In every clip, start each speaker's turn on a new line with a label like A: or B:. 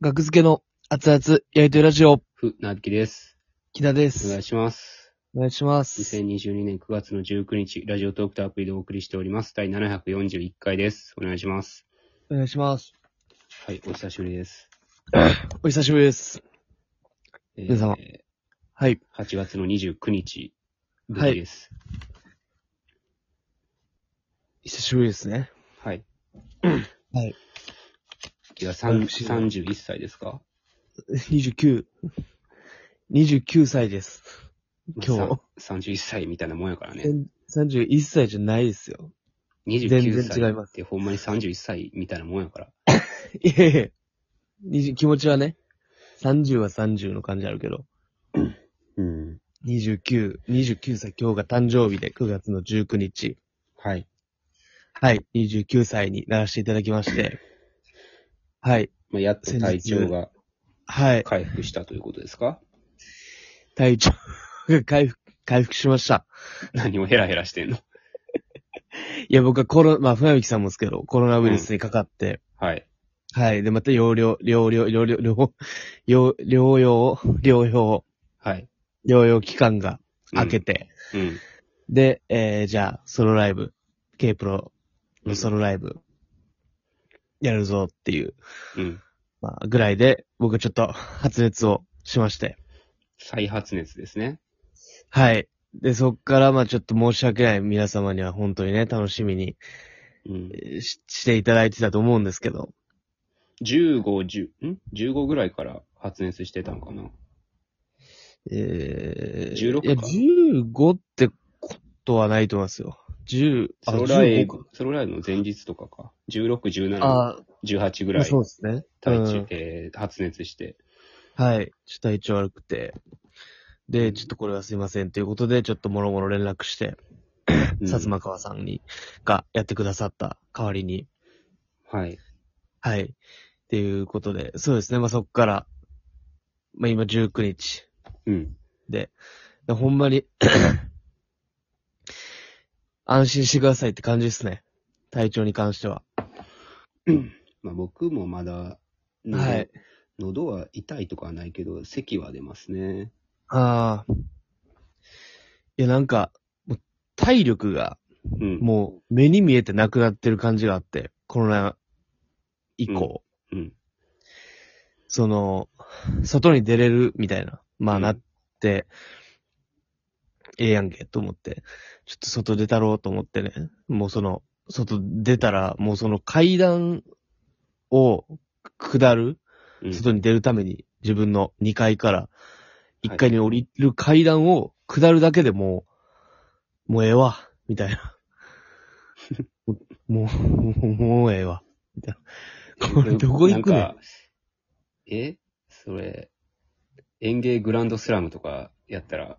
A: 学付けの熱々やりとりラジオ、
B: ふ、なびきです。
A: 木田で
B: お願
A: す
B: い。します。
A: お願いします。
B: 2022年9月の19日、ラジオトークとアプリでお送りしております。第741回です。お願いします。
A: お願いします。
B: はい、お久しぶりです。
A: お久しぶりです。
B: え
A: 皆様はい。
B: 8月の29日ぶりです。
A: 久しぶりですね。
B: はい。
A: はい。
B: いや、
A: だいぶ不思議な
B: 31歳ですか
A: 29。29歳です。今日
B: まあさん31歳みたいなもんやからね。
A: 31歳じゃないですよ。
B: 29
A: 全然違い
B: 歳
A: ま
B: っ
A: す
B: てほんまに31歳みたいなもんやから。
A: いやいや20気持ちはね、30は30の感じあるけど、
B: うん。
A: 29、29歳今日が誕生日で9月の19日。
B: はい。
A: はい。29歳にならせていただきまして。はい。
B: まあ、やっと体調が
A: はい。
B: 回復したということですか
A: 体調が 回復、回復しました。
B: 何をヘラヘラしてんの
A: いや、僕はコロ、まあ、船引さんもですけど、コロナウイルスにかかって、
B: はい。
A: はい。で、また、療養、療養、療養、療養、療養、療養、
B: はい。
A: 療養期間が明け
B: て。
A: て、
B: うん。
A: で、えー、じゃあ、ソロライブ、K プロ
B: う
A: の
B: ん
A: ソロライブ、やるぞっていう、
B: うん。
A: まあ、ぐらいで、僕はちょっと発熱をしまして、
B: 再発熱ですね。
A: はい。で、そっから、まあ、ちょっと申し訳ない皆様には本当にね、楽しみに
B: うん。
A: えーししていただいてたと思うんですけど、
B: 15、10、ん ?15 ぐらいから発熱してたのかな
A: えー、
B: 16
A: いや、
B: か
A: 15ってことはないと思いますよ。10、
B: ソロラ
A: 15
B: イブ、ソロライブの前日とかか。16、17、
A: あ
B: 18ぐ
A: あ、
B: らい、
A: そうですね。
B: 体
A: う
B: 調
A: ん
B: えー発熱して。
A: はい。ちょっと体調悪くて。で、ちょっとこれはすいませんということで、ちょっともろもろ連絡して、
B: うん
A: 薩摩川さんに、がやってくださった代わりに、
B: はい。
A: はい。っていうことで、そうですね。まあ、そっから、まあ、今19日、
B: うん。
A: で、でほんまに、安心してくださいって感じですね。体調に関しては。
B: まあ僕もまだ、ね
A: はい。
B: 喉は痛いとかはないけど、咳は出ますね。
A: ああ。いや、なんか、もう体力が
B: うん。
A: もう目に見えてなくなってる感じがあって、コロナ以降。
B: うんうん
A: その、外に出れるみたいな、まあ
B: うん
A: なって、ええやんけと思って、ちょっと外出たろうと思ってね、もうその、外出たら、もうその階段を下る、
B: うん
A: 外に出るために自分の2階から
B: い
A: 1階に降りる階段を下るだけでもう、もうええわ、みたい な。もう、もう、もうええわ。みたいな。これどこ行くね
B: なんんかえそれ、園芸グランドスラムとかやったら、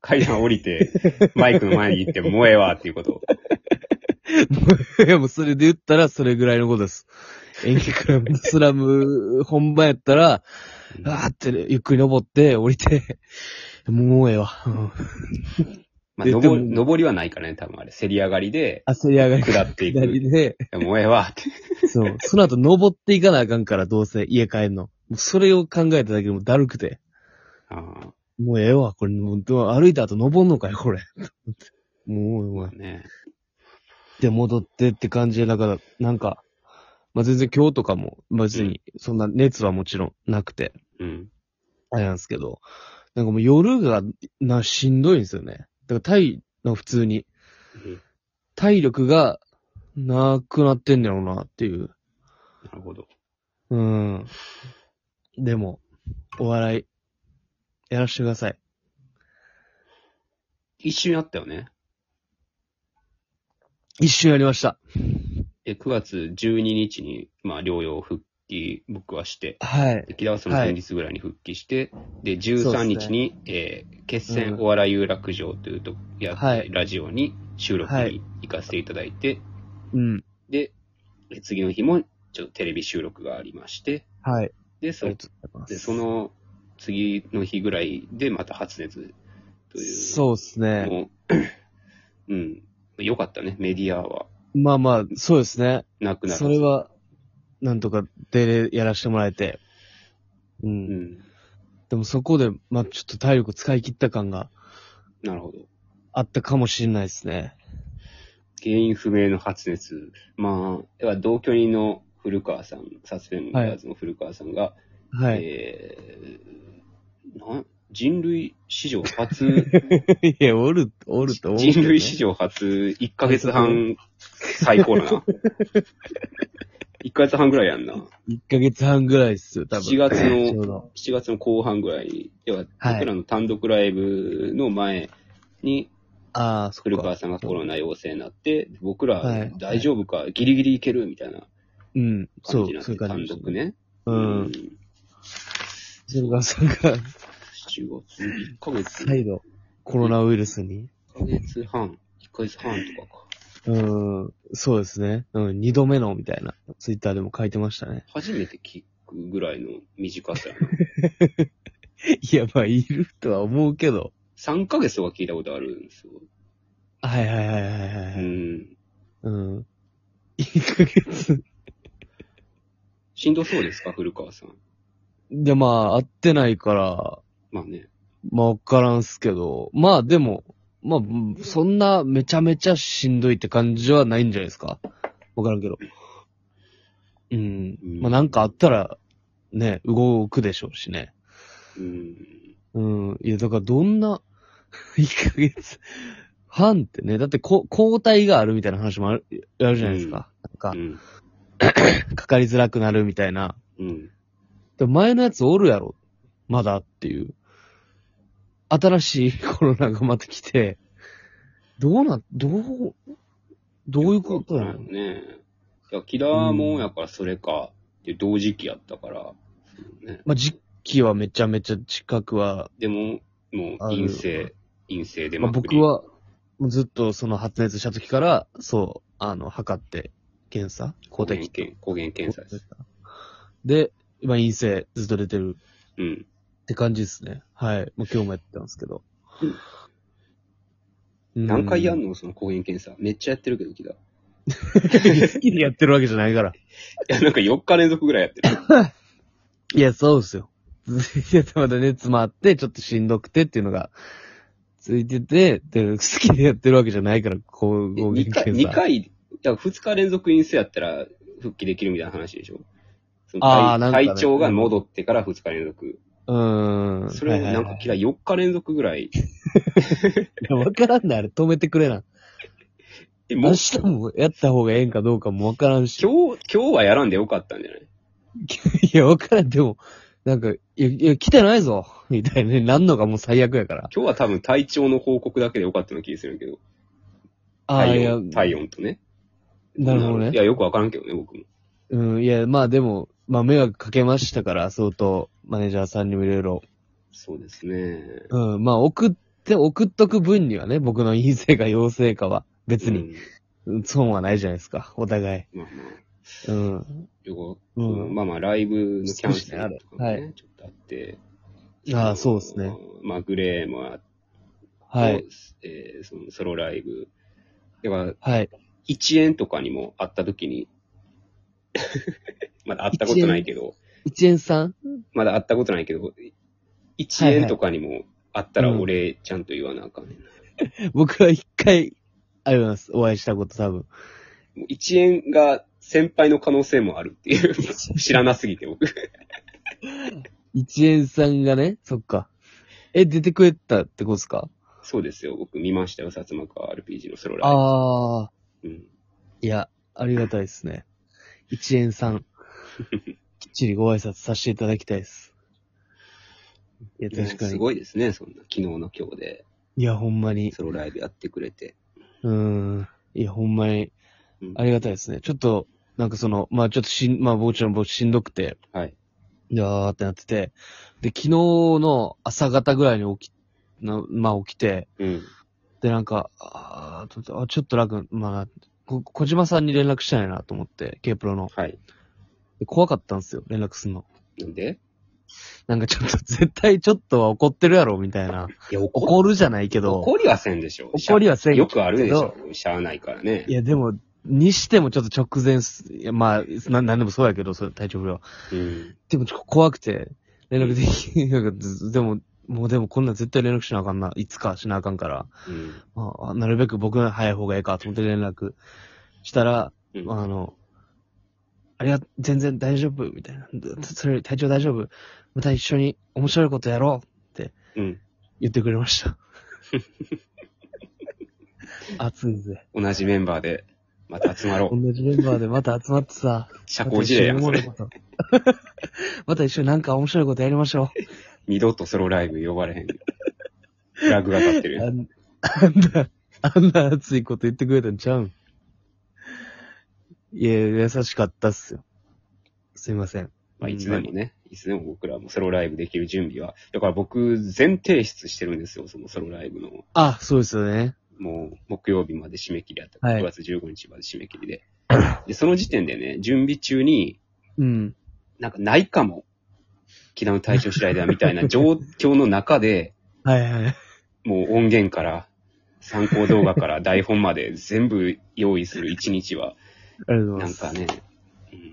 B: 階段降 りて、マイクの前に行って、もうええわっていうこと。
A: いや、もうそれで言ったらそれぐらいのことです。演劇クラブスラム本番やったら、
B: うん
A: わーってゆっくり登って降りて、もうええわ。うん
B: まあ、
A: で
B: 登
A: で
B: り、
A: も
B: 登りはないからね、多分あれ。せり上がりで、
A: あ、せり上がり
B: 下ってい
A: 下り
B: く。
A: で、
B: もうええわ って。
A: そう。その後登っていかなあかんから、どうせ家帰んの。もうそれを考えただけでもうだるくて。
B: ああ、
A: もうええわ、これ。もうどう歩いた後登んのかよ、これ。もう、
B: ま
A: も
B: あ
A: う。
B: ね。
A: で、戻ってって感じで、だから、なんか、まあ、全然今日とかも、まあ別に、そんな熱はもちろんなくて、
B: うん。
A: あれなんですけど、なんかもう夜が、な、しんどいんですよね。だから体、なんか普通に、
B: うん
A: 体力が、なくなってんねやろうな、っていう。
B: なるほど。
A: うん。でも、お笑い、やらしてください。
B: 一瞬あったよね。
A: 一瞬やりました。
B: え、9月12日に、まあ、療養復帰、僕はして、
A: はい。
B: で木田はその前日ぐらいに復帰して、で、13日に、えー決
A: う
B: 戦
A: ん
B: お笑い有楽城というと、やって、
A: はい
B: ラジオに収録
A: は
B: に
A: い
B: 行かせていただいて、
A: うん。
B: で、え次の日もちょっとテレビ収録がありまして、
A: はい。
B: で、
A: あ
B: そ
A: りがとうございます。
B: でその次の日ぐらいでまた発熱という。
A: そうですね。
B: もう、うん。よかったね、メディアは。
A: まあまあ、そうですね。
B: なくなる。
A: それは、なんとか出れ、やらしてもらえて。う。
B: うんん。
A: でもそこで、まあ、ちょっと体力使い切った感が
B: なるほど。
A: あったかもしれないですね。
B: 原因不明の発熱。まあ、要は同居人の古川さん、サスペンダーズの古川さんが、
A: はい。
B: えーなん人類史上 初、
A: いや、おる、おると思うけどね、
B: 人類史上初、1ヶ月半、最高だ な。1ヶ月半ぐらいやんな。
A: 1ヶ月半ぐらいっすよ、多分。
B: 7月の
A: ちょうど
B: 7月の後半ぐらいに、要は
A: はい
B: 僕らの単独ライブの前に、
A: ああ、そ
B: 古
A: っか。
B: 川さんがコロナ陽性になって、僕ら、
A: はい
B: 大丈夫か、ギリギリいけるみたいな
A: うん。そう
B: 感じに、なっ
A: そうい
B: て、
A: う感
B: 単
A: じです
B: 独。ね。
A: う
B: うん
A: ん。古川さんが
B: 7月、1ヶ月、1
A: 再度、コロナウイルスに。
B: ヶ月半、1ヶ月半とかか。
A: うん。そうですね。うん。二度目の、みたいな。ツイッターでも書いてましたね。
B: 初めて聞くぐらいの短さやな。
A: いや、まあ、いるとは思うけど。
B: 3ヶ月とか聞いたことあるんですよ。
A: はいはいはいはいは
B: う
A: いはい。
B: ん。
A: うん。1ヶ月。
B: しんどそうですか、古川さん。
A: で、まあ、会ってないから、
B: まあね。
A: まあ、わからんすけど。まあ、でも、まあ、うんそんなめちゃめちゃしんどいって感じはないんじゃないですかわからんけど。うん。まあ、なんかあったら、ね、動くでしょうしね。
B: うん。
A: うん。いや、だからどんな、1ヶ月半ってね、だってこ抗体があるみたいな話もあるあるじゃないですか。
B: う
A: なん
B: ん。
A: か、かかりづらくなるみたいな。
B: うん。
A: でも前のやつおるやろ。まだっていう。新しい コロナがまた来て、どうな、どう、どういうことなの
B: ねいや、キラーもんやからそれか、って同時期やったから、ね、
A: まあ、時期はめちゃめちゃ近くは、
B: でも、もう
A: ある
B: 陰性、陰性で
A: まあ、
B: まく
A: 僕
B: り、
A: はずっとその発熱した時から、そう、あの、測って、検査抗
B: 抗
A: 体
B: 原
A: キッ
B: 検抗原検査です。
A: で、まあ、陰性ずっと出てる
B: うん。
A: って感じですね。はい。もう今日もやってたんですけど。
B: 何回や
A: の
B: んのその抗原検査。めっちゃやってるけど、キラー。い
A: 好きでやってるわけじゃないから。
B: や、なんか4日連続ぐらいやってる。
A: いや、そうですよ。 続いててまだ熱もあって、ちょっとしんどくてっていうのが、続いてて、で、好きでやってるわけじゃないから、こう、抗原
B: 2回、
A: 検
B: 二
A: 査。
B: 回、いや、2日連続陰性やったら復帰できるみたいな話でしょその
A: あー
B: 体
A: なんかね
B: 体調が戻ってから2日連続。
A: うーん。
B: それをな
A: はい
B: んか
A: はい
B: キラー4日連続ぐらい。
A: はいわからんね、あれ。止めてくれな。
B: でも
A: 明
B: う、
A: 日もやった方がええんかどうかもわからんし。
B: 今日、今日はやらんでよかったんじゃない
A: いや、わからん。でも、なんか、いや、いや、来てないぞ みたいになんのがもう最悪やから。
B: 今日は多分体調の報告だけでよかったような気がするけど。
A: ああ、い
B: 体
A: や、
B: 温、体温とね。
A: なるほどね
B: い。や、よくわからんけどね、僕も。
A: うん、いや、まあでも、まあ迷惑かけましたから、相当、マネージャーさんにもいろいろ
B: そうですね。
A: うん、まあ送って、送っとく分にはね、僕の陰性か陽性かは別に損はないじゃないですか、お互い。
B: うん。まあまあ、
A: うん。
B: よく、
A: うん。
B: まあまあ、ライブのキャンセルとかも
A: 少しねあるは
B: ね、ちょっとあって。
A: ああ、そうですね。。
B: まあ、グレーもあって、
A: はい。
B: えーそのソロライブ。だから、
A: はい。
B: 1円とかにも会った時に、 まだ会ったことないけど、
A: 一円さん
B: まだ会ったことないけど、1円とかにも会ったら俺ちゃんと言わなあかんねんな。
A: 僕は一回、ありがとうございます。お会いしたこと多分。
B: もう1円が先輩の可能性もあるって いう。知らなすぎて僕。
A: 一円さんがね、そっか。え、出てくれたってことですか
B: そうですよ。僕見ましたよ。薩摩川 RPG のソロライ
A: ああ、
B: ブ。うん。
A: いや、ありがたいですね。一円さ ん。きっちりご挨拶させていただきたいです。いや、確か
B: す
A: に。
B: ごいですね。そんな昨日の今日で
A: いや、ほんまに。
B: ソロライブやってくれて。
A: うーん。いや、ほんまに
B: うん、
A: ありがたいですね。ちょっと、なんかその、まあちょっとしん、まあもちろん僕しんどくて、
B: はい。
A: いやーってなってて、で、昨日の朝方ぐらいに起き、なまあ起きて、
B: うん。
A: で、なんか、あーとあちょっと楽、まあ、こ小島さんに連絡したいなと思って、K プロの。
B: はい。
A: で怖かったんですよ、連絡すんの。
B: なんで
A: なんかちょっと、 絶対ちょっとは怒ってるやろ、みたいな。
B: いや、怒
A: 怒るじゃないけど、
B: 怒りはせんでしょ。
A: 怒りはせんけど
B: よくあるでしょ。しゃあないからね
A: い。や、でも、にしてもちょっと直前す、いやまあ、な、なんでもそうやけど、それ体調不良。
B: うん。
A: でもちょっと怖くて、連絡できなかったです。でも、もうでもこんなん絶対連絡しなあかんな。いつかしなあかんから。
B: うん。
A: まあ、なるべく僕が早い方がいいかと思って連絡したら、
B: うん
A: あの、ありが、全然大丈夫、みたいな。それより体調大丈夫。また一緒に面白いことやろう。
B: うん。
A: 言ってくれま した。熱いぜ。
B: 同じメンバーで、また集まろ
A: 同じメンバーで また集まってさ。
B: う。社交辞令やん、
A: ま
B: そ
A: た
B: れ
A: 一緒におもろい。こと また一緒になんか面白いことやりましょ
B: 二度とソロライブ呼ばれへん。ラグが立っ て
A: う。
B: る
A: あ
B: よ。
A: んあんな、あんな熱いこと言ってくれたんちゃうん。いや、優しかったっすよ。すいません。
B: まあ、いつでもね、いつでも僕らもソロライブできる準備は。だから僕、全提出してるんですよ、そのソロライブの。
A: あ、そうですよね。
B: もう、木曜日まで締め切りやった。
A: はい
B: 9月15日まで締め切りで。で、その時点でね、準備中に、
A: うん。
B: なんかないかも。木田の体調次第ではみたいな状況の中で、
A: はいはい。
B: もう音源から、参考動画から 台本まで全部用意する一日は、
A: ありがとうござま
B: ないん
A: す。
B: かね、うん、
A: い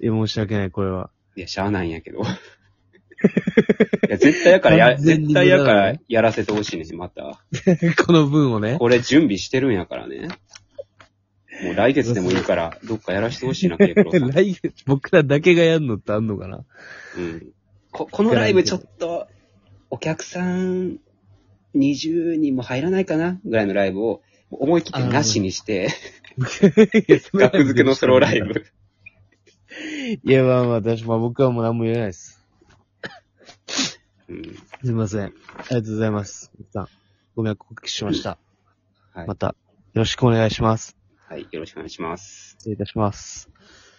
A: や、申し訳ない、これは。
B: いや、しゃあないんや けど。いや、絶対やからや、
A: 完全に
B: 絶対やからやらせてほしいね、また。
A: この分をね。
B: これ準備してるんやからね。もう来月でもいいから、どっかやらせてほしいな、ケイプロさ ん。
A: 来月、僕らだけがやんのってあんのかな
B: うんこ、このライブちょっと、お客さん20人も入らないかなぐらいのライブを、思い切ってなしにして、 額付けのソロライ。ブ。
A: いや、まあまあ、私、まあ僕はもう何も言えないです。
B: うん。
A: すいません。ありがとうございます。さん、ご迷惑おかけしました。
B: はい
A: また、よろしくお願いします。
B: はい、よろしくお願いします。
A: 失礼いたします。